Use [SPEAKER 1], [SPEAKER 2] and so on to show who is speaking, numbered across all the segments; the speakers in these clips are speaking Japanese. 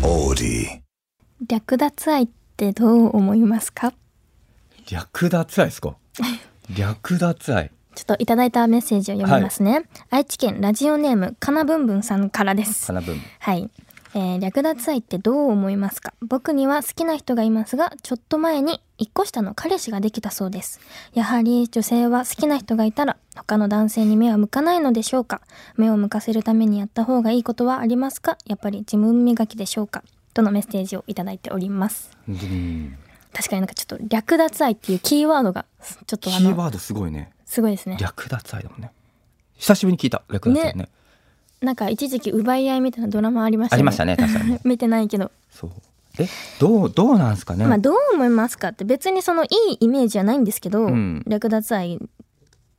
[SPEAKER 1] Beauty.
[SPEAKER 2] 略奪愛ってどう思いますか
[SPEAKER 3] 略奪愛で すか略奪愛
[SPEAKER 2] ちょっといただいたメッセージを読みますね、愛知県ラジオネームかなぶんぶんさんからです
[SPEAKER 3] かなぶん
[SPEAKER 2] はい、えー略奪愛ってどう思いますか僕には好きな人がいますがちょっと前に一個下の彼氏ができたそうですやはり女性は好きな人がいたら他の男性に目は向かないのでしょうか目を向かせるためにやった方がいいことはありますかやっぱり自分磨きでしょうかとのメッセージをいただいております
[SPEAKER 3] うん
[SPEAKER 2] 確かになんかちょっと略奪愛っていうキーワードがちょっ
[SPEAKER 3] キ
[SPEAKER 2] とあ
[SPEAKER 3] ー
[SPEAKER 2] の
[SPEAKER 3] ワードすごいね
[SPEAKER 2] すごいですね
[SPEAKER 3] 略奪愛だもんね久しぶりに聞いた略奪愛ね
[SPEAKER 2] なんか一時期奪い合いみたいなドラマありました
[SPEAKER 3] あ
[SPEAKER 2] ね
[SPEAKER 3] りま したね確かに
[SPEAKER 2] 見てないけど
[SPEAKER 3] そうえどうどうなんですかね、
[SPEAKER 2] まあどう思いますかって別にそのいいイメージはないんですけど、
[SPEAKER 3] うん
[SPEAKER 2] 略奪愛っ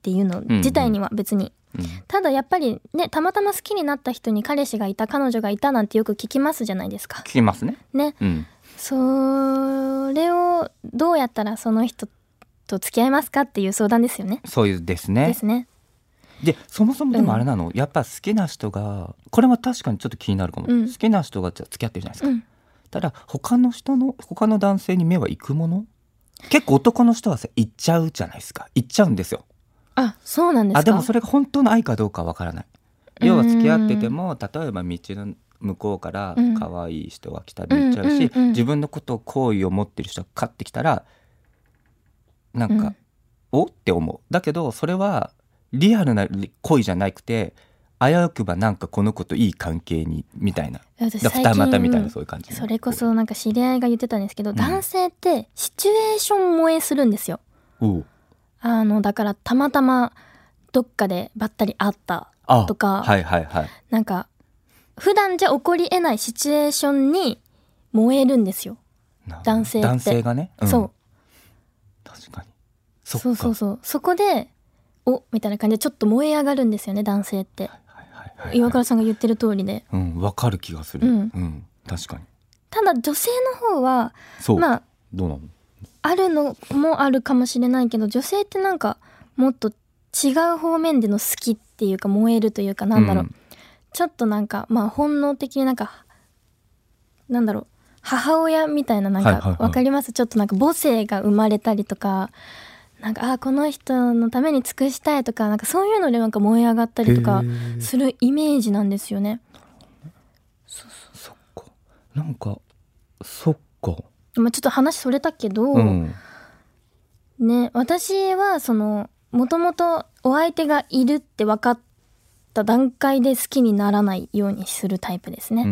[SPEAKER 2] ていうの自体には別に、
[SPEAKER 3] うん
[SPEAKER 2] ただやっぱりねたまたま好きになった人に彼氏がいた彼女がいたなんてよく聞きますじゃないですか
[SPEAKER 3] 聞きますね
[SPEAKER 2] ね
[SPEAKER 3] うん
[SPEAKER 2] それをどうやったらその人と付き合いますかっていう相談ですよね
[SPEAKER 3] そういうですね
[SPEAKER 2] ですね
[SPEAKER 3] でそもそもでもあれなの、やっぱ好きな人がこれは確かにちょっと気になるかも、
[SPEAKER 2] うん
[SPEAKER 3] 好きな人がじゃあ付き合ってるじゃないです
[SPEAKER 2] う
[SPEAKER 3] か、
[SPEAKER 2] ん
[SPEAKER 3] ただ他の人の他の男性に目は行くもの結構男の人はさ行っちゃうじゃないですか行っちゃうんですよ
[SPEAKER 2] あそうなんですか
[SPEAKER 3] あでもそれが本当の愛かどうかわからない要は付き合ってても例えば道の向こうから
[SPEAKER 2] うん
[SPEAKER 3] 可愛い人が来たら行っちゃうし、
[SPEAKER 2] うんうんうん
[SPEAKER 3] 自分のことを好意を持ってる人が勝ってきたらなんか、
[SPEAKER 2] うん
[SPEAKER 3] おって思うだけどそれはリアルな恋じゃなくて危うくばなんかこの子といい関係にみたいな
[SPEAKER 2] 私
[SPEAKER 3] だ
[SPEAKER 2] 最
[SPEAKER 3] 二
[SPEAKER 2] 近
[SPEAKER 3] 股みたい
[SPEAKER 2] うん
[SPEAKER 3] なそういう感じ、
[SPEAKER 2] それこそなんか知り合いが言ってたんですけど、
[SPEAKER 3] ん
[SPEAKER 2] 男性ってシチュエーション萌えするんですよ
[SPEAKER 3] おう
[SPEAKER 2] あのだからたまたまどっかでばったり会った
[SPEAKER 3] あ
[SPEAKER 2] とか
[SPEAKER 3] はいはいはい
[SPEAKER 2] なんか普段じゃ起こりえないシチュエーションに燃えるんですよ、
[SPEAKER 3] な
[SPEAKER 2] 男性って
[SPEAKER 3] 男性がね、ん
[SPEAKER 2] そう
[SPEAKER 3] 確かにそっか
[SPEAKER 2] そうそうそうそこでおみたいな感じでちょっと燃え上がるんですよね男性って
[SPEAKER 3] はいはいはいはい
[SPEAKER 2] 岩倉さんが言ってる通りで
[SPEAKER 3] うん、わかる気がする。
[SPEAKER 2] う
[SPEAKER 3] うんん、確かに。
[SPEAKER 2] ただ女性の方は
[SPEAKER 3] そう。
[SPEAKER 2] まあ
[SPEAKER 3] どうなの。
[SPEAKER 2] あるのもあるかもしれないけど女性ってなんかもっと違う方面での好きっていうか燃えるというかなんだろう、
[SPEAKER 3] うん
[SPEAKER 2] ちょっとなんかまあ本能的になんかなんだろう母親みたいななんか、
[SPEAKER 3] はいはいはい
[SPEAKER 2] わかりますちょっとなんか母性が生まれたりとかなんかあーこの人のために尽くしたいとかなんかそういうのでなんか燃え上がったりとか
[SPEAKER 3] へー
[SPEAKER 2] するイメージなんですよね。
[SPEAKER 3] そっか。なんか。そっか。
[SPEAKER 2] まあ、ちょっと話それたけど、
[SPEAKER 3] うん。
[SPEAKER 2] ね私はそのもともとお相手がいるって分かった段階で好きにならないようにするタイプですね、
[SPEAKER 3] うん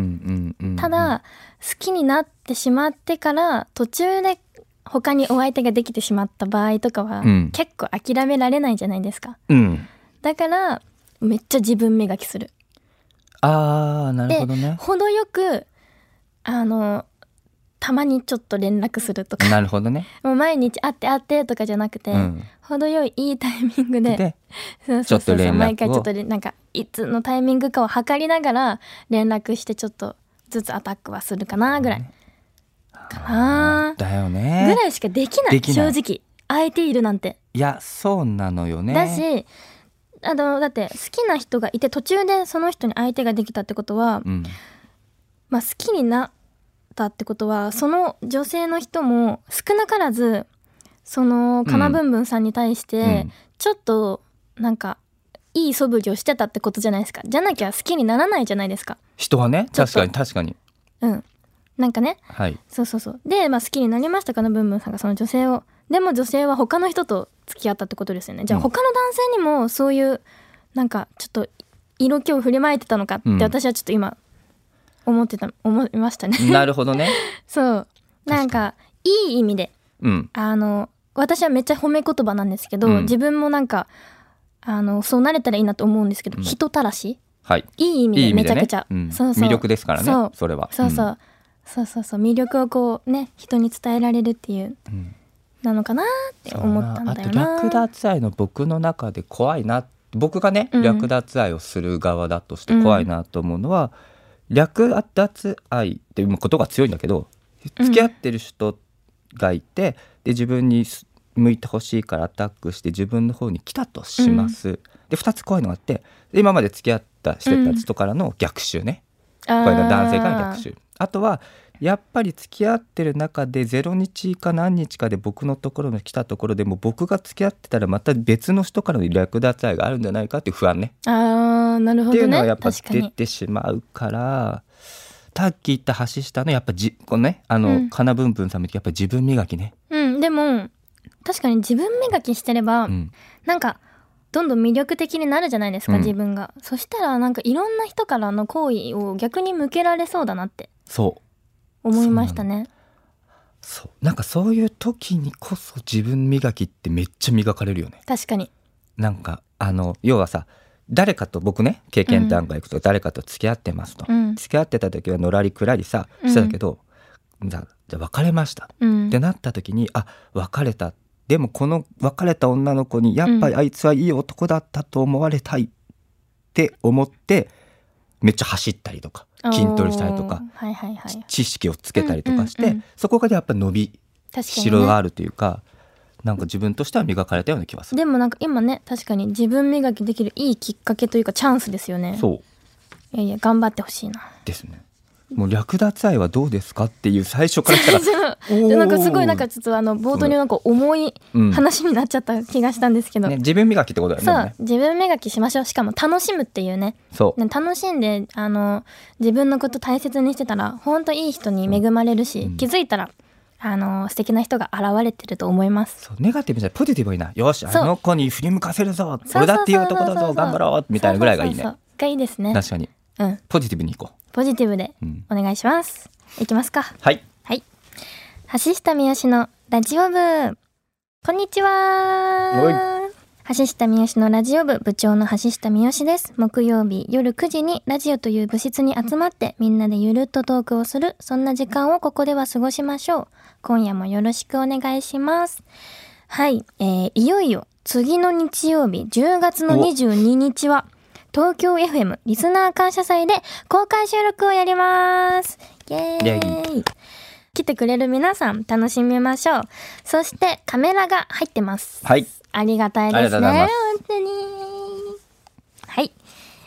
[SPEAKER 3] うんうん。
[SPEAKER 2] た。だ好きになってしまってから途中で他にお相手ができてしまった場合とかは
[SPEAKER 3] うん
[SPEAKER 2] 結構諦められないじゃないですか、
[SPEAKER 3] うん。
[SPEAKER 2] だからめっちゃ自分磨きする
[SPEAKER 3] ああ、なるほどね。
[SPEAKER 2] 程よくあのたまにちょっと連絡するとか
[SPEAKER 3] なるほどね。
[SPEAKER 2] もう毎日会って会ってとかじゃなくて、
[SPEAKER 3] うん。
[SPEAKER 2] 程よいいいタイミングで
[SPEAKER 3] で。
[SPEAKER 2] そうそうそう
[SPEAKER 3] ちょっと連絡を
[SPEAKER 2] 毎回ちょっとでなんかいつのタイミングかを測りながら連絡してちょっとずつアタックはするかなぐらいかな
[SPEAKER 3] だよ
[SPEAKER 2] ぐ
[SPEAKER 3] ね。
[SPEAKER 2] らいしかできない
[SPEAKER 3] できない
[SPEAKER 2] 正直空いているなんて、
[SPEAKER 3] いや、そうなのよね。
[SPEAKER 2] だ。しあのだって好きな人がいて途中でその人に相手ができたってことは、
[SPEAKER 3] うん。
[SPEAKER 2] まあ、好きになったってことはその女性の人も少なからずそのかなぶんぶんさんに対し
[SPEAKER 3] う
[SPEAKER 2] て
[SPEAKER 3] ん
[SPEAKER 2] ちょっとなんかいい素振りをしてたってことじゃないですかじゃなきゃ好きにならないじゃないですか
[SPEAKER 3] 人はね、
[SPEAKER 2] ちょっ
[SPEAKER 3] 確
[SPEAKER 2] と
[SPEAKER 3] かに、確かに。
[SPEAKER 2] うんなんかね
[SPEAKER 3] はい。
[SPEAKER 2] そうそうそうで、まあ、好きになりましたかなぶんぶんさんがその女性をでも女性は他の人と付き合ったってことですよねじゃあ
[SPEAKER 3] うん
[SPEAKER 2] 他の男性にもそういうなんかちょっと色気を振りまいてたのかっ
[SPEAKER 3] うん
[SPEAKER 2] て私はちょっと今思ってた思いましたね
[SPEAKER 3] なるほどね。
[SPEAKER 2] そう
[SPEAKER 3] かに
[SPEAKER 2] なんかいい意味で
[SPEAKER 3] うん。
[SPEAKER 2] あの私はめっちゃ褒め言葉なんですけど、
[SPEAKER 3] うん
[SPEAKER 2] 自分もなんかあのそうなれたらいいなと思うんですけど、
[SPEAKER 3] うん
[SPEAKER 2] 人たらし
[SPEAKER 3] はい。
[SPEAKER 2] いい意味
[SPEAKER 3] いい
[SPEAKER 2] で
[SPEAKER 3] 意味
[SPEAKER 2] めち
[SPEAKER 3] で
[SPEAKER 2] ゃ
[SPEAKER 3] ね
[SPEAKER 2] くちゃ、。
[SPEAKER 3] うん
[SPEAKER 2] そうそう
[SPEAKER 3] 魅力ですから
[SPEAKER 2] そう
[SPEAKER 3] ね。それは。
[SPEAKER 2] そうそう、
[SPEAKER 3] ん。
[SPEAKER 2] そうそうそう魅力をこうね人に伝えられるっていう、
[SPEAKER 3] ん
[SPEAKER 2] なのかなって思ったんだよな
[SPEAKER 3] あと略奪愛の僕の中で怖いな僕がね、
[SPEAKER 2] うん
[SPEAKER 3] 略奪愛をする側だとして怖いなと思うのは、略奪愛っていうことが強いんだけど
[SPEAKER 2] うん
[SPEAKER 3] 付き合ってる人がいて、で自分にす向いてほしいからアタックして自分の方に来たとします。で2つ怖いのがあってで今まで付き合ったしてた人からの逆襲ね、
[SPEAKER 2] あー
[SPEAKER 3] これが男性からの逆襲あとはやっぱり付き合ってる中で0日か何日かで僕のところに来たところでもう僕が付き合ってたらまた別の人からの略奪愛があるんじゃないかっていう不安ね。
[SPEAKER 2] あーなるほ
[SPEAKER 3] ってい
[SPEAKER 2] ど
[SPEAKER 3] うのは
[SPEAKER 2] ね
[SPEAKER 3] やっぱ
[SPEAKER 2] 確か
[SPEAKER 3] 出
[SPEAKER 2] に
[SPEAKER 3] てしまうからさっき言った橋下のやっぱじこのねあの、
[SPEAKER 2] うん
[SPEAKER 3] かなぶんぶんさんも言ってやっぱ自分磨きね。
[SPEAKER 2] うんでも確かに自分磨きしてれば、
[SPEAKER 3] うん
[SPEAKER 2] なんかどんどん魅力的になるじゃないですか、
[SPEAKER 3] うん
[SPEAKER 2] 自分がそしたらなんかいろんな人からの好意を逆に向けられそうだなって
[SPEAKER 3] そう
[SPEAKER 2] 思いましたね
[SPEAKER 3] そうなんかそういう時にこそ自分磨きってめっちゃ磨かれるよね。
[SPEAKER 2] 確かに
[SPEAKER 3] なんかあの要はさ誰かと僕ね経験談がいくと誰かと付き合ってますと、
[SPEAKER 2] うん
[SPEAKER 3] 付き合ってた時はのらりくらりさ
[SPEAKER 2] うん
[SPEAKER 3] してたけど、じゃじゃあ別れました
[SPEAKER 2] うん
[SPEAKER 3] ってなった時にあ別れたでもこの別れた女の子にやっぱりあいつはいい男だったと思われたいって思ってめっちゃ走ったりとか筋トレしたりとか、
[SPEAKER 2] おーはいはいはい、
[SPEAKER 3] 知識をつけたりとかして、
[SPEAKER 2] うんうんうん
[SPEAKER 3] そこがやっぱ伸び
[SPEAKER 2] 確か
[SPEAKER 3] し
[SPEAKER 2] に、
[SPEAKER 3] ろが
[SPEAKER 2] ね、
[SPEAKER 3] あるというかなんか自分としては磨かれたような気がする。
[SPEAKER 2] でもなんか今ね確かに自分磨きできるいいきっかけというかチャンスですよね
[SPEAKER 3] そう
[SPEAKER 2] いやいや頑張ってほしいな
[SPEAKER 3] ですね。もう略奪愛はどうですかっていう最初からしたら お
[SPEAKER 2] で
[SPEAKER 3] ー
[SPEAKER 2] なんかすごいなんかちょっとあの冒頭になんか重い
[SPEAKER 3] うん
[SPEAKER 2] 話になっちゃった気がしたんですけど、
[SPEAKER 3] ね、自分磨きってことだ
[SPEAKER 2] そ
[SPEAKER 3] よ
[SPEAKER 2] う
[SPEAKER 3] ね。
[SPEAKER 2] 自分磨きしましょうしかも楽しむっていうね
[SPEAKER 3] そう
[SPEAKER 2] ね楽しんであの自分のこと大切にしてたらほんといい人に恵まれるし、
[SPEAKER 3] うん
[SPEAKER 2] 気づいたらあの素敵な人が現れてると思います
[SPEAKER 3] そうネガティブじゃないポジティブになよしあ
[SPEAKER 2] そう
[SPEAKER 3] の子に振り向かせるぞ
[SPEAKER 2] そうそうそう
[SPEAKER 3] 俺だっていい男だぞ頑張ろうみたいなぐらいがい
[SPEAKER 2] そ
[SPEAKER 3] い
[SPEAKER 2] う
[SPEAKER 3] ね
[SPEAKER 2] そうそうがいいですね
[SPEAKER 3] 確かに
[SPEAKER 2] うん
[SPEAKER 3] ポジティブにいこ
[SPEAKER 2] ポジティブで
[SPEAKER 3] う、うん、
[SPEAKER 2] お願いしますいきますか
[SPEAKER 3] はい
[SPEAKER 2] はい橋下三好のラジオ部こんにちは橋下三好のラジオ部部長の橋下三好です木曜日夜9時にラジオという部室に集まってみんなでゆるっとトークをするそんな時間をここでは過ごしましょう今夜もよろしくお願いしますはい、えー、いよいよ次の日曜日10月の22日は東京 FM リスナー感謝祭で公開収録をやりますイエーイ
[SPEAKER 3] イエ
[SPEAKER 2] 来てくれる皆さん楽しみましょうそしてカメラが入ってます
[SPEAKER 3] はい
[SPEAKER 2] ありがたい
[SPEAKER 3] あ
[SPEAKER 2] で
[SPEAKER 3] り
[SPEAKER 2] す
[SPEAKER 3] がとう
[SPEAKER 2] ね
[SPEAKER 3] ござ
[SPEAKER 2] 本
[SPEAKER 3] います
[SPEAKER 2] 当にはい、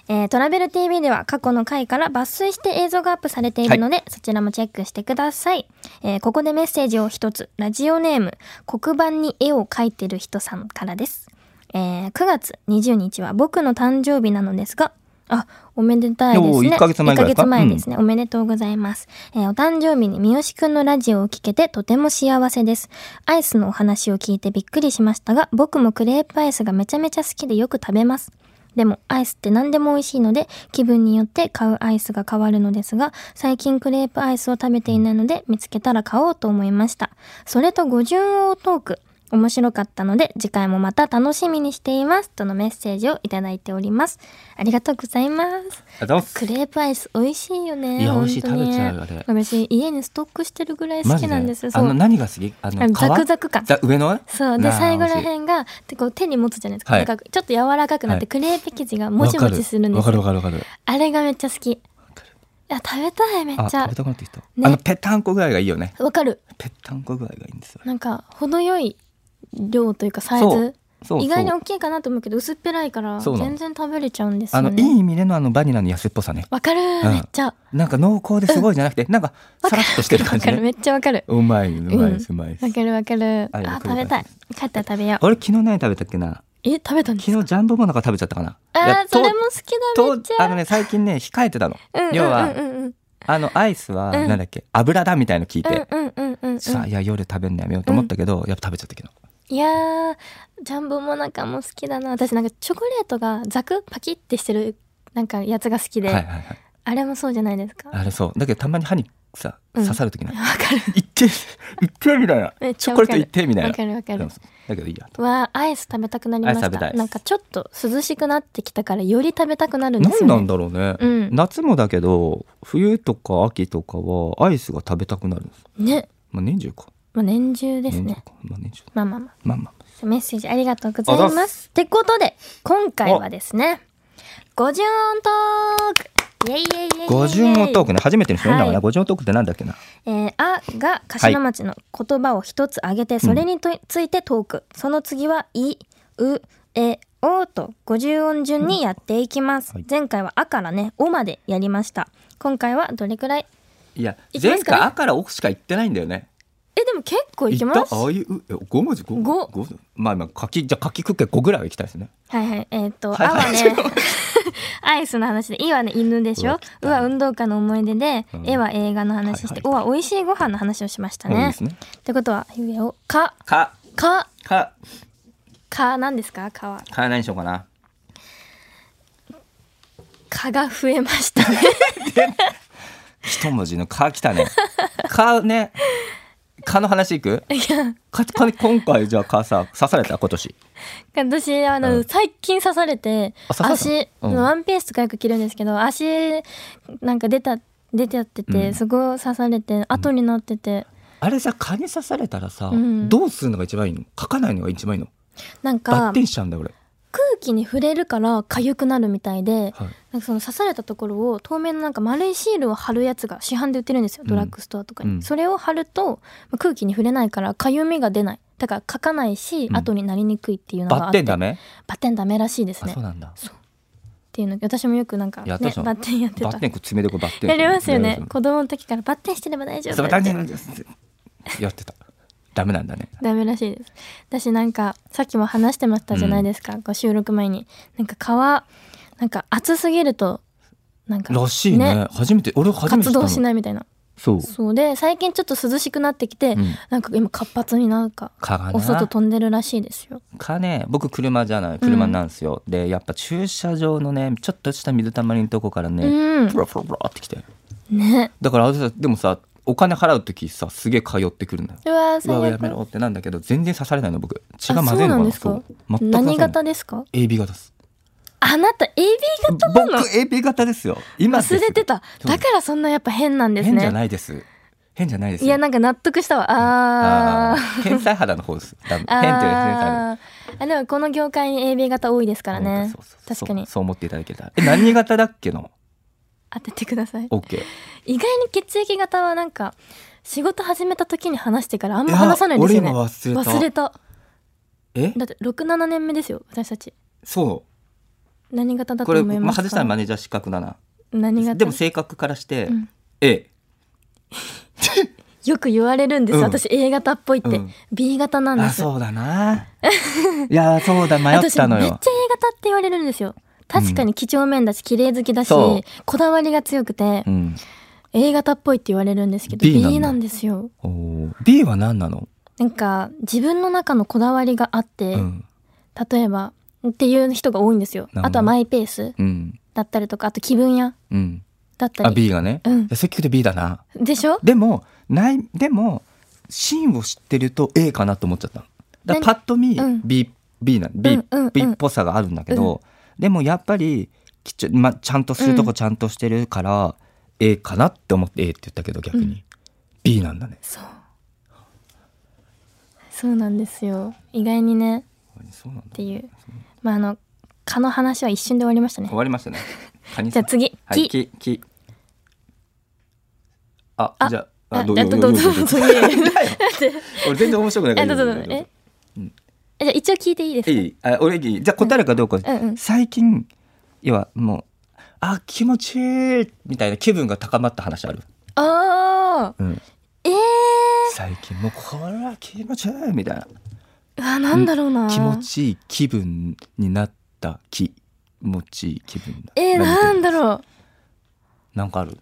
[SPEAKER 2] えートラベル TV では過去の回から抜粋して映像がアップされているので、そちらもチェックしてください、えーここでメッセージを一つラジオネーム黒板に絵を描いてる人さんからです、えー9月20日は僕の誕生日なのですがあおめでたいですね
[SPEAKER 3] おー一ヶ月前ぐらいですか
[SPEAKER 2] 一ヶ月前ですね、おめでとうございます、えーお誕生日に三好くんのラジオを聞けてとても幸せですアイスのお話を聞いてびっくりしましたが僕もクレープアイスがめちゃめちゃ好きでよく食べますでもアイスって何でも美味しいので気分によって買うアイスが変わるのですが最近クレープアイスを食べていないので見つけたら買おうと思いましたそれと五順応トーク面白かったので次回もまた楽しみにしていますとのメッセージをいただいておりますありがとうございます
[SPEAKER 3] ありがとうございます
[SPEAKER 2] クレープアイス美味しいよね
[SPEAKER 3] いや美味しい
[SPEAKER 2] 本当に
[SPEAKER 3] 食べちゃうあれ
[SPEAKER 2] 私家にストックしてるぐらい好きなんですよ
[SPEAKER 3] あ
[SPEAKER 2] そう
[SPEAKER 3] の何が好きあ
[SPEAKER 2] あ
[SPEAKER 3] の
[SPEAKER 2] の
[SPEAKER 3] 皮
[SPEAKER 2] ザクザク感
[SPEAKER 3] ざ上のね
[SPEAKER 2] そうで
[SPEAKER 3] なあ
[SPEAKER 2] 最後らへんがでこう手に持つじゃないですか,、
[SPEAKER 3] はい
[SPEAKER 2] なんかちょっと柔らかくなって、
[SPEAKER 3] はい
[SPEAKER 2] クレープ生地がもちもちするんで
[SPEAKER 3] わ
[SPEAKER 2] す
[SPEAKER 3] かる
[SPEAKER 2] よ
[SPEAKER 3] わかるわかるわか
[SPEAKER 2] あれがめっちゃ好きい
[SPEAKER 3] る
[SPEAKER 2] や食べたいめっ
[SPEAKER 3] あ
[SPEAKER 2] ちゃ
[SPEAKER 3] 食べたくなってきた、
[SPEAKER 2] ね
[SPEAKER 3] あのぺたんこぐらいがいいよね
[SPEAKER 2] わかる
[SPEAKER 3] ぺったんこぐらいがいいんですよ
[SPEAKER 2] なんか程よい量というかサイズ
[SPEAKER 3] そう
[SPEAKER 2] 意外に
[SPEAKER 3] そう
[SPEAKER 2] 大きいかなと思うけど薄っぺらいから
[SPEAKER 3] そうなの
[SPEAKER 2] 全然食べれちゃうんです
[SPEAKER 3] あ
[SPEAKER 2] よ
[SPEAKER 3] のいい
[SPEAKER 2] ね
[SPEAKER 3] 意味でのあのバニラの安っぽさね
[SPEAKER 2] わかる、
[SPEAKER 3] ん
[SPEAKER 2] めっちゃ
[SPEAKER 3] なんか濃厚ですごいじゃなくて、なんかさらっとしてる
[SPEAKER 2] わ
[SPEAKER 3] 感じ
[SPEAKER 2] かる
[SPEAKER 3] ね。
[SPEAKER 2] めっちゃわかる
[SPEAKER 3] うまいうまいです、うまいです
[SPEAKER 2] わ。かるわかる
[SPEAKER 3] あれ
[SPEAKER 2] あ
[SPEAKER 3] わか
[SPEAKER 2] 食
[SPEAKER 3] る
[SPEAKER 2] べたい帰ったら食べよう
[SPEAKER 3] 俺昨日何食べたっけな。
[SPEAKER 2] え食べたんです
[SPEAKER 3] 昨日ジャンボモナカ食べちゃったかな。い
[SPEAKER 2] あ
[SPEAKER 3] や
[SPEAKER 2] ーそれも好きだ
[SPEAKER 3] と
[SPEAKER 2] めっち
[SPEAKER 3] とあの
[SPEAKER 2] ゃ
[SPEAKER 3] ね最近ね控えてたの。
[SPEAKER 2] うんうんうん
[SPEAKER 3] 要は
[SPEAKER 2] うんうん
[SPEAKER 3] あのアイスは
[SPEAKER 2] うん
[SPEAKER 3] なんだっけ、油だみたいの聞いて、
[SPEAKER 2] うんうんうんうんうん
[SPEAKER 3] さあいや夜食べんのやめようと思ったけど、やっぱ食べちゃったけど。
[SPEAKER 2] いやージャンボモナカも好きだな私なんかチョコレートがザクッパキってしてるなんかやつが好きで、
[SPEAKER 3] はいはいはい。
[SPEAKER 2] あれもそうじゃないですかわか
[SPEAKER 3] あれそうだけどたまに歯にさ
[SPEAKER 2] うん
[SPEAKER 3] 刺さる時ない。
[SPEAKER 2] る
[SPEAKER 3] いってい ってみたいな。
[SPEAKER 2] めっち
[SPEAKER 3] チ
[SPEAKER 2] ゃ
[SPEAKER 3] ョコ
[SPEAKER 2] わ
[SPEAKER 3] レー
[SPEAKER 2] か
[SPEAKER 3] トいっ
[SPEAKER 2] る
[SPEAKER 3] てみたい
[SPEAKER 2] わ
[SPEAKER 3] な。
[SPEAKER 2] かるわか
[SPEAKER 3] う
[SPEAKER 2] る
[SPEAKER 3] んだけどいいやと。
[SPEAKER 2] わあアイス食べたくなりまし
[SPEAKER 3] アイス食べた
[SPEAKER 2] た
[SPEAKER 3] いです
[SPEAKER 2] なんかちょっと涼しくなってきたからより食べたくなるんです
[SPEAKER 3] 何
[SPEAKER 2] よ、ね、
[SPEAKER 3] なんだろうね、
[SPEAKER 2] うん
[SPEAKER 3] 夏もだけど冬とか秋とかはアイスが食べたくなるんです
[SPEAKER 2] ね、
[SPEAKER 3] まあ年中か
[SPEAKER 2] まあ、年中です
[SPEAKER 3] 年中
[SPEAKER 2] ね
[SPEAKER 3] かまあ年中
[SPEAKER 2] まあまあま
[SPEAKER 3] まあまあ
[SPEAKER 2] あメッセージありがとうござい
[SPEAKER 3] あ
[SPEAKER 2] ま
[SPEAKER 3] ざっ
[SPEAKER 2] すってことで今回はですね五順音トークイエイイエイイエイイエイ
[SPEAKER 3] 五十音トークね初めての人
[SPEAKER 2] はい
[SPEAKER 3] だからな五十音トークってなんだっけな
[SPEAKER 2] えーあが頭町の言葉を一つ挙げて、それにとついてトーク、その次はい、う、え、おと50音順にやっていきます、
[SPEAKER 3] はい
[SPEAKER 2] 前回はあからね、おまでやりました今回はどれくらい
[SPEAKER 3] いや
[SPEAKER 2] 行きま
[SPEAKER 3] 前
[SPEAKER 2] すかね
[SPEAKER 3] 回「あ」から「お」しか言ってないんだよね
[SPEAKER 2] えでも結構いき
[SPEAKER 3] 行
[SPEAKER 2] ま
[SPEAKER 3] った
[SPEAKER 2] す
[SPEAKER 3] ああいうえ5文字5
[SPEAKER 2] 五
[SPEAKER 3] まあまあ柿じゃあ柿クッケ5ぐらいは行きたいですね
[SPEAKER 2] はいはいえっ、と、
[SPEAKER 3] はいはい
[SPEAKER 2] あは ねアイスの話で「い」はね犬でしょ
[SPEAKER 3] うわ
[SPEAKER 2] 「う」は運動会の思い出で「
[SPEAKER 3] うん
[SPEAKER 2] え」は映画の話して「
[SPEAKER 3] はいはい
[SPEAKER 2] お」は美味しいご飯の話をしました
[SPEAKER 3] 多いで
[SPEAKER 2] ね。
[SPEAKER 3] すね
[SPEAKER 2] ってことは上を「か」
[SPEAKER 3] か
[SPEAKER 2] 「か」
[SPEAKER 3] 「か」
[SPEAKER 2] 「か」なんですか「か」は
[SPEAKER 3] 「か」何にしようかな
[SPEAKER 2] 「か」が増えました ね。
[SPEAKER 3] 一文字の「か」来たね「か」ね「か」の話いく
[SPEAKER 2] いや
[SPEAKER 3] かか今回じゃあかさ刺された今年
[SPEAKER 2] 私あの、
[SPEAKER 3] うん
[SPEAKER 2] 最近刺されて
[SPEAKER 3] あ刺され
[SPEAKER 2] 足、
[SPEAKER 3] たうん
[SPEAKER 2] ワンピースとかよく着るんですけど足なんか出た出てやってて、
[SPEAKER 3] うん
[SPEAKER 2] すごい刺されて後になってて、
[SPEAKER 3] あれさ蚊に刺されたらさ、
[SPEAKER 2] うん
[SPEAKER 3] どうするのが一番いいの書かないのが一番いいの
[SPEAKER 2] なん
[SPEAKER 3] バ
[SPEAKER 2] か
[SPEAKER 3] ッテンしちゃうんだよ俺、
[SPEAKER 2] 空気に触れるから痒くなるみたいで
[SPEAKER 3] はい、
[SPEAKER 2] なんかその刺されたところを透明のなんか丸いシールを貼るやつが市販で売ってるんですよ
[SPEAKER 3] ん
[SPEAKER 2] ドラッグストアとかに、
[SPEAKER 3] うん
[SPEAKER 2] それを貼るとまあ空気に触れないから痒みが出ないだから書かないし、
[SPEAKER 3] うん
[SPEAKER 2] 後になりにくいっていうのがあ
[SPEAKER 3] バ
[SPEAKER 2] っ
[SPEAKER 3] ッ
[SPEAKER 2] て
[SPEAKER 3] テンダメ
[SPEAKER 2] バッテンダメらしいです
[SPEAKER 3] あ
[SPEAKER 2] ね
[SPEAKER 3] そう
[SPEAKER 2] っ
[SPEAKER 3] なんだ
[SPEAKER 2] ていうの私もよくなんか、ね、
[SPEAKER 3] や
[SPEAKER 2] バ
[SPEAKER 3] ったじゃん
[SPEAKER 2] ッテンやって
[SPEAKER 3] バ
[SPEAKER 2] た
[SPEAKER 3] ッテンこう爪でこうバッテン
[SPEAKER 2] やりますよね
[SPEAKER 3] やり
[SPEAKER 2] 子供の時からバッテンしてれば大丈
[SPEAKER 3] ま
[SPEAKER 2] 夫
[SPEAKER 3] すそう
[SPEAKER 2] っ
[SPEAKER 3] バッ
[SPEAKER 2] て
[SPEAKER 3] テンやってたダメなんだね
[SPEAKER 2] ダメらしいです私なんかさっきも話してましたじゃないですか、こう収録前になんか皮なんか熱すぎるとなんから
[SPEAKER 3] しいね初めて俺初めて
[SPEAKER 2] 活
[SPEAKER 3] 知ったの
[SPEAKER 2] 動しないみたいな
[SPEAKER 3] そう、
[SPEAKER 2] そうで最近ちょっと涼しくなってきて、
[SPEAKER 3] うん、
[SPEAKER 2] なんか今活発になんか
[SPEAKER 3] 蚊が
[SPEAKER 2] お外
[SPEAKER 3] な
[SPEAKER 2] 飛んでるらしいですよ。
[SPEAKER 3] 蚊ね僕車じゃない車なんですよ、でやっぱ駐車場のねちょっとした水たまりのとこからね、
[SPEAKER 2] うん
[SPEAKER 3] プラプラプラってきて
[SPEAKER 2] ね。
[SPEAKER 3] だからあれさでもさお金払う時さすげえ通ってくるんだよ
[SPEAKER 2] うわー
[SPEAKER 3] うわ
[SPEAKER 2] 最
[SPEAKER 3] やめろ
[SPEAKER 2] 悪。
[SPEAKER 3] ってなんだけど全然刺されないの僕血
[SPEAKER 2] あ
[SPEAKER 3] が混ぜ
[SPEAKER 2] そう
[SPEAKER 3] るの
[SPEAKER 2] な
[SPEAKER 3] か
[SPEAKER 2] ん
[SPEAKER 3] な
[SPEAKER 2] です
[SPEAKER 3] そ
[SPEAKER 2] か
[SPEAKER 3] う。全く
[SPEAKER 2] 何
[SPEAKER 3] 刺されない
[SPEAKER 2] 型ですか？
[SPEAKER 3] AB 型です
[SPEAKER 2] あなた AB 型なの
[SPEAKER 3] 僕 AB 型ですよ今です
[SPEAKER 2] 忘れてた。
[SPEAKER 3] そう
[SPEAKER 2] だからそんなやっぱ変なんです
[SPEAKER 3] 変じゃ
[SPEAKER 2] ね。
[SPEAKER 3] ないです変じゃないです
[SPEAKER 2] いやなんか納得したわ。あ
[SPEAKER 3] あ
[SPEAKER 2] ー。
[SPEAKER 3] ー天才肌の 方です多分変っていうより天才肌
[SPEAKER 2] あーあでもこの業界に AB 型多いですからね
[SPEAKER 3] そうそうそう
[SPEAKER 2] 確かに
[SPEAKER 3] そうそう思っていただけたらえ何型だっ けの
[SPEAKER 2] 当ててください
[SPEAKER 3] OK
[SPEAKER 2] 意外に血液型はなんか仕事始めた時に話してからあんま話さないですよね
[SPEAKER 3] いや俺今忘れた
[SPEAKER 2] 忘れた
[SPEAKER 3] え
[SPEAKER 2] だって67年目ですよ私たち
[SPEAKER 3] そ
[SPEAKER 2] 何型
[SPEAKER 3] う
[SPEAKER 2] だと
[SPEAKER 3] これ、
[SPEAKER 2] 思い
[SPEAKER 3] ま
[SPEAKER 2] ま
[SPEAKER 3] あ、
[SPEAKER 2] すか
[SPEAKER 3] 外したらマネージャー資格だな
[SPEAKER 2] 何型
[SPEAKER 3] でも性格からして、
[SPEAKER 2] うん
[SPEAKER 3] A
[SPEAKER 2] よく言われるんですよ、
[SPEAKER 3] うん
[SPEAKER 2] 私 A 型っぽいって、
[SPEAKER 3] うん
[SPEAKER 2] B 型なんで
[SPEAKER 3] あ
[SPEAKER 2] すよ
[SPEAKER 3] そうだないやそうだ迷っ
[SPEAKER 2] 私
[SPEAKER 3] た
[SPEAKER 2] めっ
[SPEAKER 3] の
[SPEAKER 2] ちゃ A
[SPEAKER 3] よ
[SPEAKER 2] 型って言われるんですよ確かに几帳面だし綺麗好きだし、
[SPEAKER 3] そ
[SPEAKER 2] こだわりが強くて
[SPEAKER 3] う、ん
[SPEAKER 2] A 型っぽいって言われるんですけど
[SPEAKER 3] B なんだ
[SPEAKER 2] B なんですよ
[SPEAKER 3] おー B は何なの、
[SPEAKER 2] なんか自分の中のこだわりがあって、
[SPEAKER 3] うん
[SPEAKER 2] 例えばっていう人が多いんですよ
[SPEAKER 3] なるほど
[SPEAKER 2] あとはマイペース
[SPEAKER 3] うん
[SPEAKER 2] だったりとかあと気分屋
[SPEAKER 3] うん
[SPEAKER 2] だった
[SPEAKER 3] あ
[SPEAKER 2] り
[SPEAKER 3] B がね、
[SPEAKER 2] うん
[SPEAKER 3] いや積極的 B だな
[SPEAKER 2] でしょ
[SPEAKER 3] でもないでも芯を知ってると A かなと思っちゃったのだからパッと見
[SPEAKER 2] うん
[SPEAKER 3] B,、B な
[SPEAKER 2] う
[SPEAKER 3] B,
[SPEAKER 2] んうんうん
[SPEAKER 3] B っぽさがあるんだけど、でもやっぱりきちょ、ま、ちゃんとするとこちゃんとしてるから、A かなって思って A って言ったけど逆に、
[SPEAKER 2] うん
[SPEAKER 3] B なんだね
[SPEAKER 2] そうそうなんですよ意外にね
[SPEAKER 3] そうなんだ
[SPEAKER 2] っていうまああの蚊の話は一瞬で終わりましたね
[SPEAKER 3] 終わりましたねカニ
[SPEAKER 2] じ
[SPEAKER 3] さ
[SPEAKER 2] ゃ
[SPEAKER 3] ん
[SPEAKER 2] あ次「
[SPEAKER 3] はい
[SPEAKER 2] き」
[SPEAKER 3] ききあ
[SPEAKER 2] あ
[SPEAKER 3] じゃあ
[SPEAKER 2] あじゃあどうぞどうぞ
[SPEAKER 3] だよ 俺全然面白くない
[SPEAKER 2] え
[SPEAKER 3] か
[SPEAKER 2] ど
[SPEAKER 3] ら
[SPEAKER 2] うぞどうぞえじゃあ一応聞いていいです
[SPEAKER 3] い
[SPEAKER 2] か
[SPEAKER 3] いあ俺いいじゃあ答えるかどうか、
[SPEAKER 2] うんうん
[SPEAKER 3] 最近要はもうあ気持ちいいみたいな気分が高まった話ある、
[SPEAKER 2] あー
[SPEAKER 3] うん、
[SPEAKER 2] えー
[SPEAKER 3] 最近もうこれは気持ちいいみたいな
[SPEAKER 2] うわなんだろうな
[SPEAKER 3] 気持ちいい気分になった気持ちいい気分だ
[SPEAKER 2] えーなんだろう
[SPEAKER 3] なんかある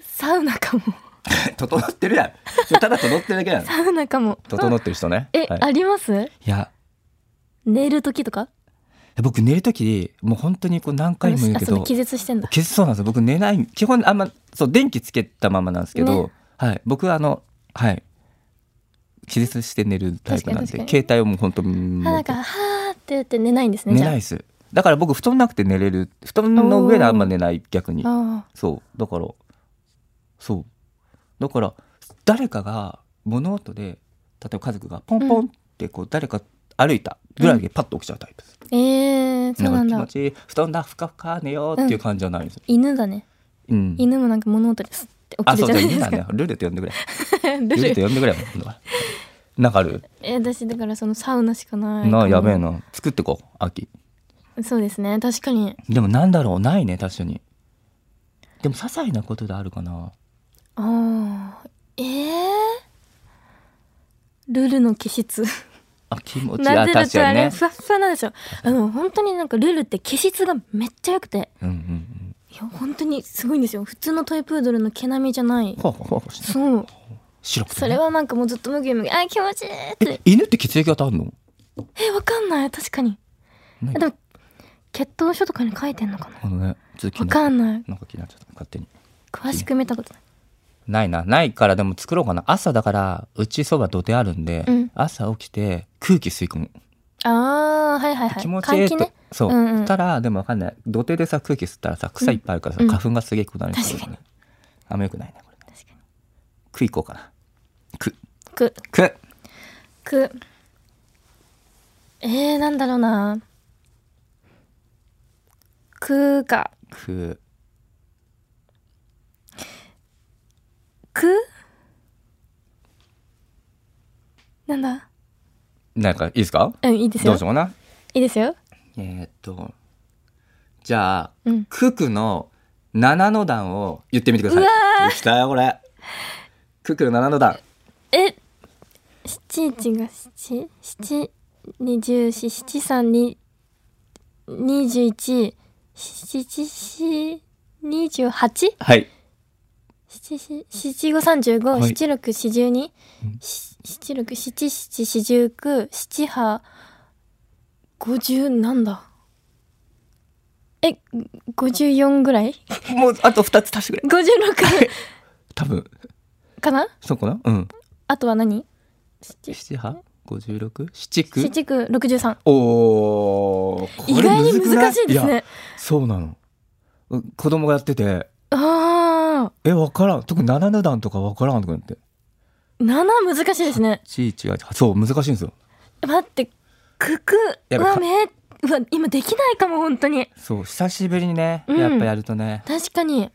[SPEAKER 2] サウナかも
[SPEAKER 3] 整ってるやんただ整ってるだけやん
[SPEAKER 2] サウナかも
[SPEAKER 3] 整ってる人ね
[SPEAKER 2] え、
[SPEAKER 3] はい
[SPEAKER 2] あります
[SPEAKER 3] いや
[SPEAKER 2] 寝る時とか
[SPEAKER 3] 僕寝る時もう本当にこう何回も言う
[SPEAKER 2] あ
[SPEAKER 3] け
[SPEAKER 2] そ
[SPEAKER 3] ど
[SPEAKER 2] の気絶してんだ
[SPEAKER 3] 消しそうなんですよ僕寝ない基本あんまそう電気つけたままなんですけど、
[SPEAKER 2] ね
[SPEAKER 3] はい僕はあのはい気絶して寝るタイプな
[SPEAKER 2] 確かに
[SPEAKER 3] んで
[SPEAKER 2] 確かに
[SPEAKER 3] 携帯をもう本当
[SPEAKER 2] あ
[SPEAKER 3] に
[SPEAKER 2] なんかはーって言って寝ないんですね
[SPEAKER 3] 寝
[SPEAKER 2] じゃ
[SPEAKER 3] な
[SPEAKER 2] あ
[SPEAKER 3] いですだから僕布団なくて寝れる布団の上であんま寝ない逆に
[SPEAKER 2] あ
[SPEAKER 3] そうだからそうだから誰かが物音で例えば家族がポンポンってこう誰か歩いたぐらいでパッと起きちゃうタイプです、
[SPEAKER 2] ーえー、そうなん
[SPEAKER 3] か気
[SPEAKER 2] だ
[SPEAKER 3] 持ちいい布団だふかふか寝ようっていう感じじゃないんですよ、
[SPEAKER 2] 犬だね
[SPEAKER 3] うん
[SPEAKER 2] 犬もなんか物音ですって起
[SPEAKER 3] あ、
[SPEAKER 2] き
[SPEAKER 3] そう
[SPEAKER 2] るじ
[SPEAKER 3] そ
[SPEAKER 2] ゃ
[SPEAKER 3] う、
[SPEAKER 2] ないですか
[SPEAKER 3] 犬なんだよ。ルルって呼んでく
[SPEAKER 2] ル
[SPEAKER 3] れ。ルルっ
[SPEAKER 2] ル
[SPEAKER 3] て呼んでくれよ。今度はなんかある。
[SPEAKER 2] え私だからそのサウナしかない
[SPEAKER 3] なあ、やべえ
[SPEAKER 2] な
[SPEAKER 3] な。作ってこう、秋。
[SPEAKER 2] そうですね確かに
[SPEAKER 3] でも、なんだろう、ないね、確かに。でも、些細なことであるかな。
[SPEAKER 2] ああえー、ルルの気質
[SPEAKER 3] あ気持ちいい
[SPEAKER 2] な
[SPEAKER 3] あ
[SPEAKER 2] んでルっ
[SPEAKER 3] 確
[SPEAKER 2] て
[SPEAKER 3] か
[SPEAKER 2] あ
[SPEAKER 3] に
[SPEAKER 2] れ
[SPEAKER 3] ね
[SPEAKER 2] ふわっふわなんですよあの本当になんかルルって気質がめっちゃ良くて
[SPEAKER 3] うんうんうん
[SPEAKER 2] いや本当にすごいんですよ普通のトイプードルの毛並みじゃない
[SPEAKER 3] ほうほうほうして
[SPEAKER 2] そう
[SPEAKER 3] 白くてね
[SPEAKER 2] それはなんかもうずっとムギムギあー気持ちいいって
[SPEAKER 3] え犬って血液型あるの
[SPEAKER 2] えわかんない確かに
[SPEAKER 3] ない
[SPEAKER 2] でも血統書とかに書いてんのかな
[SPEAKER 3] あのねちょっと気
[SPEAKER 2] わ
[SPEAKER 3] に
[SPEAKER 2] か
[SPEAKER 3] な
[SPEAKER 2] んない
[SPEAKER 3] なんか気になっちゃった勝手に
[SPEAKER 2] 詳しく見たことない
[SPEAKER 3] ないなないからでも作ろうかな朝だからうちそば土手あるんで、
[SPEAKER 2] うん
[SPEAKER 3] 朝起きて空気吸い込む、
[SPEAKER 2] あーはいはいはい
[SPEAKER 3] 気持ちいい
[SPEAKER 2] 換気
[SPEAKER 3] と、
[SPEAKER 2] ね
[SPEAKER 3] そう、
[SPEAKER 2] うんうん
[SPEAKER 3] たらでもわかんない土手でさ空気吸ったらさ草いっぱいあるからさ、
[SPEAKER 2] うん
[SPEAKER 3] 花粉がすげえくなるから
[SPEAKER 2] 確か
[SPEAKER 3] ねあんまよくないねこれ
[SPEAKER 2] 確かに
[SPEAKER 3] 食いこうかなく
[SPEAKER 2] く
[SPEAKER 3] く
[SPEAKER 2] くえー、なんだろうなくか
[SPEAKER 3] く
[SPEAKER 2] くなんだ
[SPEAKER 3] なんかいいですか
[SPEAKER 2] うんいいです
[SPEAKER 3] ど
[SPEAKER 2] よ
[SPEAKER 3] うしようかない
[SPEAKER 2] いですよ
[SPEAKER 3] えーっとじゃあ
[SPEAKER 2] うん
[SPEAKER 3] 九九の七の段を言ってみてください。
[SPEAKER 2] うわ
[SPEAKER 3] きたよこれ。九九の七の段。
[SPEAKER 2] え七一が七七二十四七三に二十一七七二十八
[SPEAKER 3] はい。
[SPEAKER 2] 七七七五三十五
[SPEAKER 3] はい
[SPEAKER 2] 七六四十二
[SPEAKER 3] うん
[SPEAKER 2] し七六七七四十九七八五十なんだえ五十四ぐらい
[SPEAKER 3] もうあと二つ足してくれ。
[SPEAKER 2] 五十六
[SPEAKER 3] 多分
[SPEAKER 2] かな
[SPEAKER 3] そうかな。うん。
[SPEAKER 2] あとは何七
[SPEAKER 3] 七八五十六七九。
[SPEAKER 2] 七九六十三
[SPEAKER 3] おお。これ
[SPEAKER 2] 意外に
[SPEAKER 3] むずくな
[SPEAKER 2] 難しいです
[SPEAKER 3] や
[SPEAKER 2] ね
[SPEAKER 3] そうなの。う子供がやってて。
[SPEAKER 2] ああ
[SPEAKER 3] え、わからん。特に七の段とかわからんとかなって。
[SPEAKER 2] 七難しいですね
[SPEAKER 3] ちいちが、そう、難しいんですよ。
[SPEAKER 2] 待ってくく
[SPEAKER 3] やっぱ
[SPEAKER 2] はめうわ今できないかも本当に
[SPEAKER 3] そう、久しぶりにね、
[SPEAKER 2] うん
[SPEAKER 3] やっぱやるとね、
[SPEAKER 2] 確かに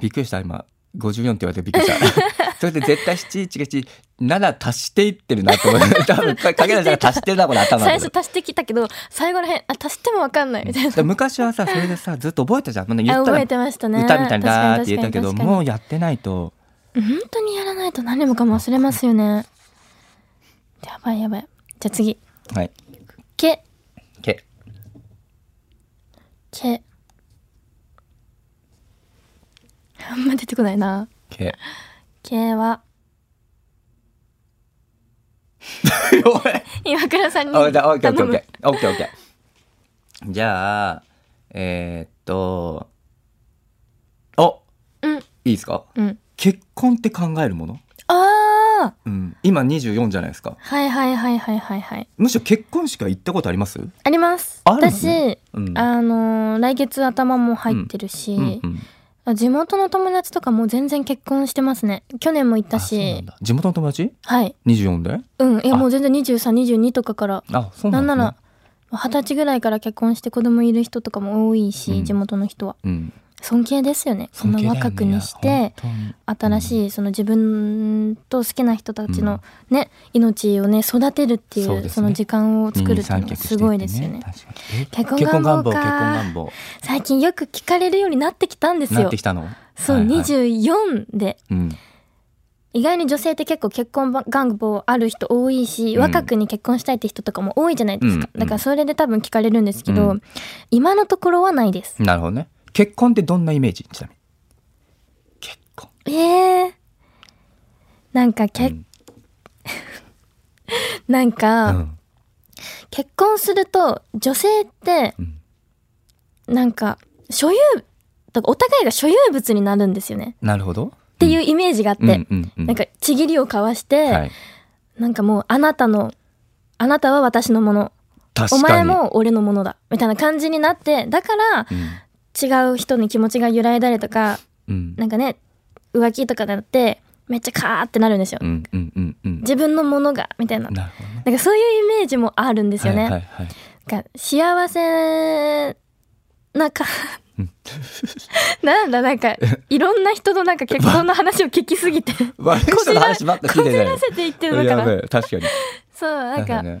[SPEAKER 3] びっくりした、今。54って言われてびっくり した。それで絶対7、1、7足していってるなと 思って、多分、かけらじゃ足してるな、これ頭の
[SPEAKER 2] 最
[SPEAKER 3] 中
[SPEAKER 2] 初
[SPEAKER 3] で。
[SPEAKER 2] 足してきたけど最後らへんあ足してもわかんないみたいな
[SPEAKER 3] で昔はさ、それでさ、ずっと覚えたじゃん。まあ言
[SPEAKER 2] あ
[SPEAKER 3] った
[SPEAKER 2] 覚
[SPEAKER 3] ら
[SPEAKER 2] えてましたね
[SPEAKER 3] 歌みたいにだーって言ったけど、
[SPEAKER 2] 確かに
[SPEAKER 3] もうやってないと、
[SPEAKER 2] 確かに本当にやらないと何もかも忘れますよねやばいやばいじゃあ次
[SPEAKER 3] はい。
[SPEAKER 2] け
[SPEAKER 3] け、
[SPEAKER 2] けあんま出てこないな
[SPEAKER 3] け。
[SPEAKER 2] けは
[SPEAKER 3] おい
[SPEAKER 2] 岩倉さんに
[SPEAKER 3] あ、じゃあ、オッケーオッケー
[SPEAKER 2] 頼
[SPEAKER 3] オッケ
[SPEAKER 2] む
[SPEAKER 3] ー。オッケーオッケー。じゃあ、えーっと、お
[SPEAKER 2] うん
[SPEAKER 3] いいですか
[SPEAKER 2] うん
[SPEAKER 3] 結婚って考えるもの
[SPEAKER 2] ああ
[SPEAKER 3] うん。今24じゃないですか。
[SPEAKER 2] はいはいはいはいはいはい
[SPEAKER 3] むしろ結婚式は行ったことあります
[SPEAKER 2] あります
[SPEAKER 3] あるの
[SPEAKER 2] 私
[SPEAKER 3] うん
[SPEAKER 2] あのー来月頭も入ってるし、
[SPEAKER 3] うんうん
[SPEAKER 2] あ地元の友達とかも全然結婚してますね去年も行った
[SPEAKER 3] あそうな
[SPEAKER 2] し
[SPEAKER 3] んだ地元の友達
[SPEAKER 2] はい
[SPEAKER 3] 24で
[SPEAKER 2] うんいや
[SPEAKER 3] あ
[SPEAKER 2] もう全然2322とかから
[SPEAKER 3] あそう
[SPEAKER 2] な
[SPEAKER 3] な
[SPEAKER 2] ん
[SPEAKER 3] んで
[SPEAKER 2] な
[SPEAKER 3] すね
[SPEAKER 2] ら二十歳ぐらいから結婚して子供いる人とかも多いし、
[SPEAKER 3] うん
[SPEAKER 2] 地元の人は
[SPEAKER 3] うん
[SPEAKER 2] 尊敬ですよねそんな
[SPEAKER 3] 尊敬だよね
[SPEAKER 2] 若くにし
[SPEAKER 3] いや
[SPEAKER 2] て
[SPEAKER 3] 本
[SPEAKER 2] 新しいその自分と好きな人たちのね、命をね育てるっていう
[SPEAKER 3] そう
[SPEAKER 2] そ
[SPEAKER 3] ですね
[SPEAKER 2] の時間を
[SPEAKER 3] 当に
[SPEAKER 2] 作るっていうのは
[SPEAKER 3] 二人三脚して
[SPEAKER 2] すごいですよ
[SPEAKER 3] っ
[SPEAKER 2] ね
[SPEAKER 3] て確かにえ
[SPEAKER 2] 結婚
[SPEAKER 3] 結婚願
[SPEAKER 2] 願望
[SPEAKER 3] 望
[SPEAKER 2] か
[SPEAKER 3] 結婚願望
[SPEAKER 2] 最近よく聞かれるようになってきたんです
[SPEAKER 3] な
[SPEAKER 2] よ
[SPEAKER 3] ってきたの
[SPEAKER 2] そう、
[SPEAKER 3] はいはい
[SPEAKER 2] 24で
[SPEAKER 3] うん
[SPEAKER 2] 意外に女性って結構結婚願望ある人多いし、
[SPEAKER 3] うん
[SPEAKER 2] 若くに結婚したいって人とかも多いじゃないですか、
[SPEAKER 3] うん
[SPEAKER 2] だからそれで多分聞かれるんですけど、
[SPEAKER 3] う
[SPEAKER 2] 今のところはないです、
[SPEAKER 3] なるほどね結婚ってどんなイメージちなみに結婚
[SPEAKER 2] えー、なんかけ、
[SPEAKER 3] うん
[SPEAKER 2] なんか、
[SPEAKER 3] うん
[SPEAKER 2] 結婚すると女性って
[SPEAKER 3] うん
[SPEAKER 2] なんか所有とかお互いが所有物になるんですよね
[SPEAKER 3] なるほどっ
[SPEAKER 2] っていうイメージがあって、なんかちぎりを交わして、
[SPEAKER 3] はい
[SPEAKER 2] なんかもうあなたのあなたは私のものお
[SPEAKER 3] 確か
[SPEAKER 2] 前
[SPEAKER 3] に
[SPEAKER 2] も俺のものだみたいな感じになってだから
[SPEAKER 3] うん
[SPEAKER 2] 違う人に気持ちが揺らいだりとか
[SPEAKER 3] うん
[SPEAKER 2] なんかね浮気とかだってめっちゃカーってなるんですよ、
[SPEAKER 3] うんうんうんうん
[SPEAKER 2] 自分のものがみたいな
[SPEAKER 3] なるほどね
[SPEAKER 2] なんかそういうイメージもあるんですよね、
[SPEAKER 3] はいはいはい
[SPEAKER 2] なんか幸せなんか
[SPEAKER 3] うん
[SPEAKER 2] なんだなんかいろんな人のなんか結婚の話を聞きすぎ てこ
[SPEAKER 3] 悪い人の話ばっか聞い
[SPEAKER 2] じ
[SPEAKER 3] てない
[SPEAKER 2] らせていってるのか
[SPEAKER 3] や
[SPEAKER 2] な
[SPEAKER 3] べえ確かに
[SPEAKER 2] そうなん
[SPEAKER 3] だ
[SPEAKER 2] か
[SPEAKER 3] ね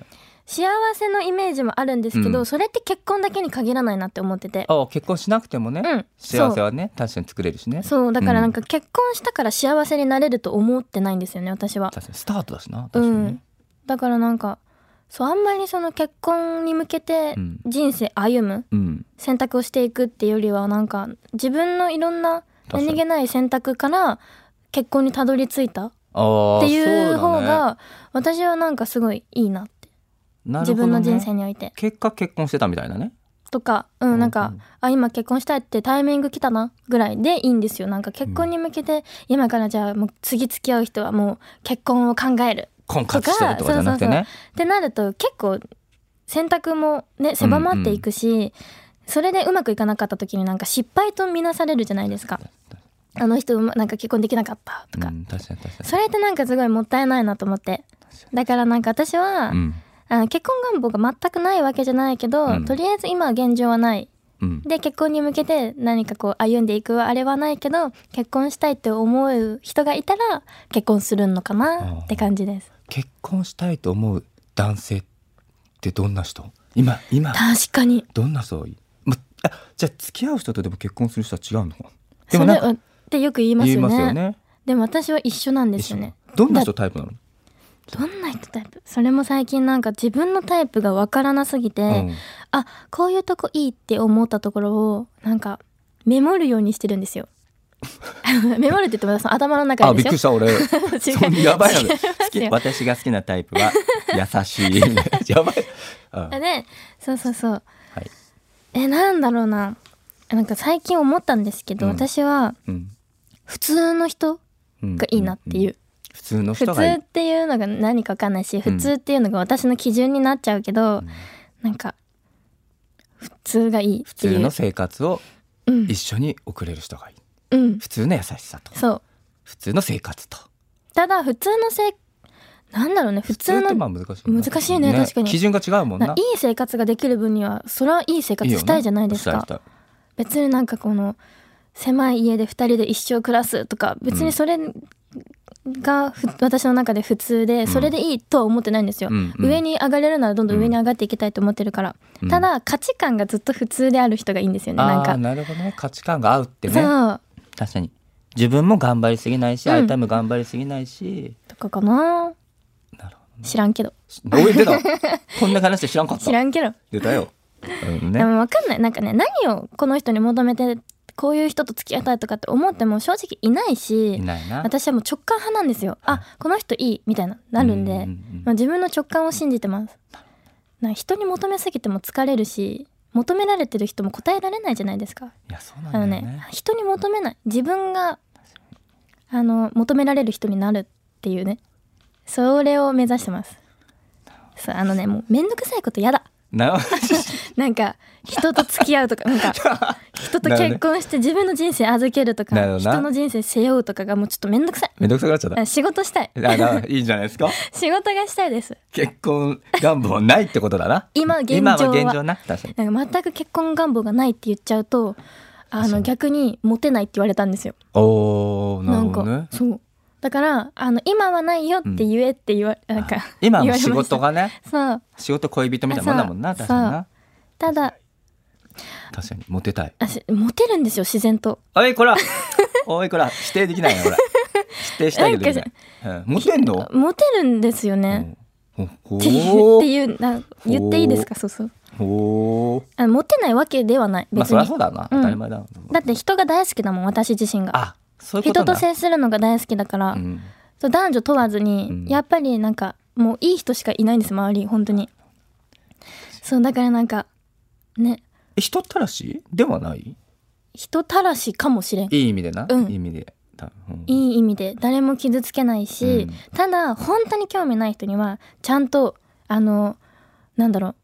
[SPEAKER 2] 幸せのイメージもあるんですけど、
[SPEAKER 3] うん
[SPEAKER 2] それって結婚だけに限らないなって思ってて
[SPEAKER 3] あ結婚しなくてもね、
[SPEAKER 2] うん
[SPEAKER 3] 幸せはね確かに作れるしね
[SPEAKER 2] そうだからなんか結婚したから幸せになれると思ってないんですよね私は
[SPEAKER 3] 確かにスタートだしな
[SPEAKER 2] う
[SPEAKER 3] 確かにね
[SPEAKER 2] ん、だからなんかそうあんまりその結婚に向けて
[SPEAKER 3] うん
[SPEAKER 2] 人生歩む
[SPEAKER 3] うん
[SPEAKER 2] 選択をしていくっていうよりはなんか自分のいろんな
[SPEAKER 3] 確かに
[SPEAKER 2] 何気ない選択から結婚にたどり着いたっ
[SPEAKER 3] あー
[SPEAKER 2] ていう
[SPEAKER 3] そ
[SPEAKER 2] 方
[SPEAKER 3] うだね
[SPEAKER 2] が私はなんかすごいいいなって
[SPEAKER 3] なる
[SPEAKER 2] 自
[SPEAKER 3] ほど
[SPEAKER 2] 分
[SPEAKER 3] ね
[SPEAKER 2] の人生において
[SPEAKER 3] 結果結婚してたみたいなね
[SPEAKER 2] とかう
[SPEAKER 3] うんん
[SPEAKER 2] なんかあ今結婚したいってタイミング来たなぐらいでいいんですよなんか結婚に向けて今からじゃあもう次付き合う人はもう結婚を考える
[SPEAKER 3] 婚活してるとかじゃなくてね
[SPEAKER 2] ってなると結構選択もね狭まっていくし、それでうまくいかなかった時になんか失敗とみなされるじゃないですかあの人うまなんか結婚できなかったとか、
[SPEAKER 3] うん、確かに確かに
[SPEAKER 2] それってなんかすごいもったいないなと思ってだからなんか私は、
[SPEAKER 3] うん
[SPEAKER 2] あの結婚願望が全くないわけじゃないけど、
[SPEAKER 3] うん
[SPEAKER 2] とりあえず今は現状はない
[SPEAKER 3] うん
[SPEAKER 2] で結婚に向けて何かこう歩んでいくあれはないけど結婚したいって思う人がいたら結婚するのかなって感じです
[SPEAKER 3] 結婚したいと思う男性ってどんな人今今
[SPEAKER 2] 確かに
[SPEAKER 3] どんな人がいい、ま、あじゃあ付き合う人とでも結婚する人は違うのか
[SPEAKER 2] そ
[SPEAKER 3] でも
[SPEAKER 2] れ
[SPEAKER 3] なんか
[SPEAKER 2] ってよく言います
[SPEAKER 3] 言い
[SPEAKER 2] よ
[SPEAKER 3] ます
[SPEAKER 2] ね
[SPEAKER 3] よね
[SPEAKER 2] でも私は一緒なんですよね
[SPEAKER 3] 一緒どんな人タイプな
[SPEAKER 2] ど
[SPEAKER 3] の、
[SPEAKER 2] んな人タイプそれも最近なんか自分のタイプがわからなすぎて、
[SPEAKER 3] うん
[SPEAKER 2] あこういうとこいいって思ったところをなんかメモるようにしてるんです よメモるって言ってもその頭の中
[SPEAKER 3] あ
[SPEAKER 2] で
[SPEAKER 3] びっ
[SPEAKER 2] で
[SPEAKER 3] くりし
[SPEAKER 2] すよ
[SPEAKER 3] た俺
[SPEAKER 2] 違う
[SPEAKER 3] そんなやばいな
[SPEAKER 2] 違い
[SPEAKER 3] の
[SPEAKER 2] ますよ
[SPEAKER 3] 好き私が好きなタイプ は優しいやばい、うんは
[SPEAKER 2] でそうそうそう
[SPEAKER 3] い
[SPEAKER 2] えなんだろうななんか最近思ったんですけど、
[SPEAKER 3] うん
[SPEAKER 2] 私は
[SPEAKER 3] うん
[SPEAKER 2] 普通の人
[SPEAKER 3] うん
[SPEAKER 2] がいいなっていう、
[SPEAKER 3] ん普通の
[SPEAKER 2] 普
[SPEAKER 3] 人
[SPEAKER 2] 通
[SPEAKER 3] がいい
[SPEAKER 2] っていうのが何か分かんないし
[SPEAKER 3] ん
[SPEAKER 2] 普通っていうのが私の基準になっちゃうけど、なんか普通がいいっ
[SPEAKER 3] 普
[SPEAKER 2] て
[SPEAKER 3] 通
[SPEAKER 2] い
[SPEAKER 3] の
[SPEAKER 2] う
[SPEAKER 3] 生活を
[SPEAKER 2] うん
[SPEAKER 3] 一緒に送れる人がいい
[SPEAKER 2] うん
[SPEAKER 3] 普通の優しさと
[SPEAKER 2] そう
[SPEAKER 3] 普通の生活と
[SPEAKER 2] ただ普通のせいなんだろうね普通
[SPEAKER 3] ってま
[SPEAKER 2] の
[SPEAKER 3] あ難しいな
[SPEAKER 2] 難しいね確かに
[SPEAKER 3] 基準が違うもん
[SPEAKER 2] な
[SPEAKER 3] ない
[SPEAKER 2] い生活ができる分にはそれはいい生活したいじゃないです
[SPEAKER 3] よ
[SPEAKER 2] か
[SPEAKER 3] ねしたいしたい
[SPEAKER 2] 別になんかこの狭い家で2人で一生暮らすとか別にそれがふ、私の中で普通でそれでいいとは思ってないんですよ、
[SPEAKER 3] うんうん
[SPEAKER 2] 上に上がれるならどんどん上に上がっていきたいと思ってるから、
[SPEAKER 3] うん
[SPEAKER 2] ただ価値観がずっと普通である人がいいんですよねなん
[SPEAKER 3] あ
[SPEAKER 2] か
[SPEAKER 3] あなるほどね価値観が合うってね
[SPEAKER 2] そう
[SPEAKER 3] 確かに自分も頑張りすぎないし
[SPEAKER 2] うん
[SPEAKER 3] 相手も頑張りすぎないし
[SPEAKER 2] とかかな
[SPEAKER 3] なるほ
[SPEAKER 2] 知らんけど
[SPEAKER 3] ど応援出たこんな話で知らんかっ
[SPEAKER 2] 知
[SPEAKER 3] た
[SPEAKER 2] らんけど、
[SPEAKER 3] 出たようん
[SPEAKER 2] で
[SPEAKER 3] ね
[SPEAKER 2] も分かんないなんかね何をこの人に求めてこういう人と付き合いたいとかって思っても正直いないし
[SPEAKER 3] いないな
[SPEAKER 2] 私はもう直感派なんですよあこの人いいみたいななるんで、
[SPEAKER 3] うんうんうん
[SPEAKER 2] まあ、自分の直感を信じてますなんか人に求めすぎても疲れるし求められてる人も答えられないじゃないですか
[SPEAKER 3] いやそうなん
[SPEAKER 2] あ
[SPEAKER 3] だ
[SPEAKER 2] の
[SPEAKER 3] よ
[SPEAKER 2] ね
[SPEAKER 3] ね
[SPEAKER 2] 人に求めない自分があの求められる人になるっていうねそれを目指してますそうあのねもうめんどくさいことやだ
[SPEAKER 3] な
[SPEAKER 2] なんか人と付き合うと かなんか人と結婚して自分の人生預けると
[SPEAKER 3] なるほ
[SPEAKER 2] か
[SPEAKER 3] どな
[SPEAKER 2] 人の人生背負うとかがもうちょっとめんどくさい
[SPEAKER 3] めんどくさくなっちゃっ
[SPEAKER 2] あ仕事したい
[SPEAKER 3] たあないいんじゃないですか
[SPEAKER 2] 仕事がしたいです
[SPEAKER 3] 結婚願望ないってことだな
[SPEAKER 2] 今現状は
[SPEAKER 3] 今は現状な確かに
[SPEAKER 2] なんか全く結婚願望がないって言っちゃうとあの逆にモテないって言われたんですよ
[SPEAKER 3] おーな
[SPEAKER 2] な
[SPEAKER 3] る
[SPEAKER 2] ん
[SPEAKER 3] ほど
[SPEAKER 2] か、
[SPEAKER 3] ね
[SPEAKER 2] そうだからあの今はないよって言えって言わ、なんか言
[SPEAKER 3] 今も
[SPEAKER 2] われまし
[SPEAKER 3] 仕
[SPEAKER 2] た
[SPEAKER 3] 事がね
[SPEAKER 2] そう
[SPEAKER 3] 仕事恋人みたいなもんだもんな
[SPEAKER 2] そう
[SPEAKER 3] 確かにな
[SPEAKER 2] ただ
[SPEAKER 3] 確かにモテたい
[SPEAKER 2] あしモテるんですよ自然と
[SPEAKER 3] お いこらおいこら否定できないよ俺否定したいけどできない、うん、モテんの、
[SPEAKER 2] モテるんですよね、
[SPEAKER 3] うんほ
[SPEAKER 2] っていう
[SPEAKER 3] ほ
[SPEAKER 2] っていうな言っていいですかそうそう
[SPEAKER 3] ほ
[SPEAKER 2] あモテないわけではない
[SPEAKER 3] まあ
[SPEAKER 2] 別
[SPEAKER 3] そ
[SPEAKER 2] に、
[SPEAKER 3] りゃそうだな、
[SPEAKER 2] うん
[SPEAKER 3] 当たり前だな
[SPEAKER 2] だって人が大好きだもん私自身が
[SPEAKER 3] あそういうこと
[SPEAKER 2] 人
[SPEAKER 3] な
[SPEAKER 2] と接するのが大好きだから、
[SPEAKER 3] うん、
[SPEAKER 2] そう男女問わずに、
[SPEAKER 3] うん
[SPEAKER 2] やっぱりなんかもういい人しかいないんです周り本当にそうだからなんかね
[SPEAKER 3] え人たらしではない
[SPEAKER 2] 人たらしかもしれんい
[SPEAKER 3] いい意味でな、
[SPEAKER 2] うん
[SPEAKER 3] いい意味でだ、うん
[SPEAKER 2] い意味で誰も傷つけないし、
[SPEAKER 3] うん
[SPEAKER 2] ただ本当に興味ない人にはちゃんとあのなんだろ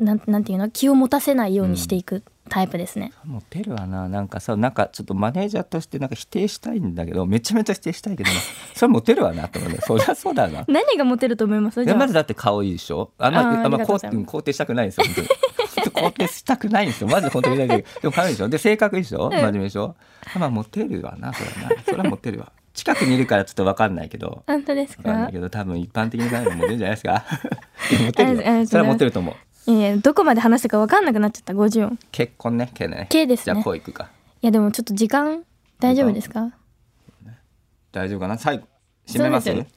[SPEAKER 2] うなんなんていうの気を持たせないようにしていくタイプですね、
[SPEAKER 3] モテるわななんかさなんかちょっとマネージャーとしてなんか否定したいんだけどめちゃめちゃ否定したいけどなそれモテるわなと思うねそりゃそうだな
[SPEAKER 2] 何がモテると思います
[SPEAKER 3] い
[SPEAKER 2] じゃ
[SPEAKER 3] や
[SPEAKER 2] あ
[SPEAKER 3] まずだって顔いいでしょあん
[SPEAKER 2] あー
[SPEAKER 3] まあん
[SPEAKER 2] あ
[SPEAKER 3] ま
[SPEAKER 2] りがとうございます
[SPEAKER 3] 肯肯定したくないんですよ本当に 本当肯定したくないんですよまず本当にないんだけ どでも可愛いでしょで性格いいでしょ真面目でしょまあモテるわなそれはなそれはモテるわ近くにいるからちょっとわかんないけど
[SPEAKER 2] 本当です
[SPEAKER 3] わかんな
[SPEAKER 2] か
[SPEAKER 3] いけど多分一般的に考えるのモテるんじゃないですかやモテる
[SPEAKER 2] ありがとうございま
[SPEAKER 3] よ
[SPEAKER 2] す
[SPEAKER 3] それはモテると思う
[SPEAKER 2] いやいやどこまで話したか分かんなくなっちゃった50音い
[SPEAKER 3] 結婚ね K ね
[SPEAKER 2] K ですね
[SPEAKER 3] じゃあこういくか
[SPEAKER 2] やでもちょっと時間大丈夫ですか
[SPEAKER 3] 大丈夫かな最後締めます
[SPEAKER 2] そうです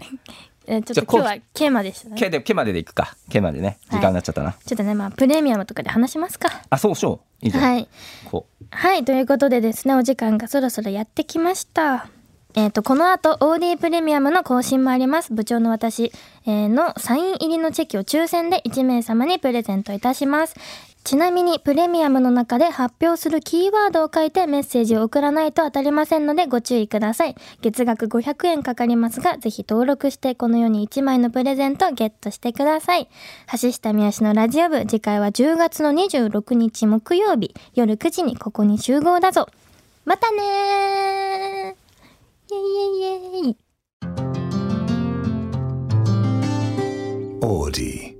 [SPEAKER 2] えーち
[SPEAKER 3] じ
[SPEAKER 2] ょっ
[SPEAKER 3] ゃ
[SPEAKER 2] と
[SPEAKER 3] あこう
[SPEAKER 2] 今日は K までしたね
[SPEAKER 3] K で K まででいくか K までね時間になっちゃったな、
[SPEAKER 2] ちょっとねまあプレミアムとかで話しますか
[SPEAKER 3] あそうそういいじゃん、
[SPEAKER 2] はい
[SPEAKER 3] こう
[SPEAKER 2] はい、ということでですね、お時間がそろそろやってきました。えっ、と、この後、OD プレミアムの更新もあります。部長の私、えーのサイン入りのチェキを抽選で1名様にプレゼントいたします。ちなみに、プレミアムの中で発表するキーワードを書いてメッセージを送らないと当たりませんのでご注意ください。月額500円かかりますが、ぜひ登録してこのように1枚のプレゼントをゲットしてください。橋下宮氏のラジオ部、次回は10月の26日木曜日、夜9時にここに集合だぞ。またねーイェイイェイイェイ
[SPEAKER 1] Audi.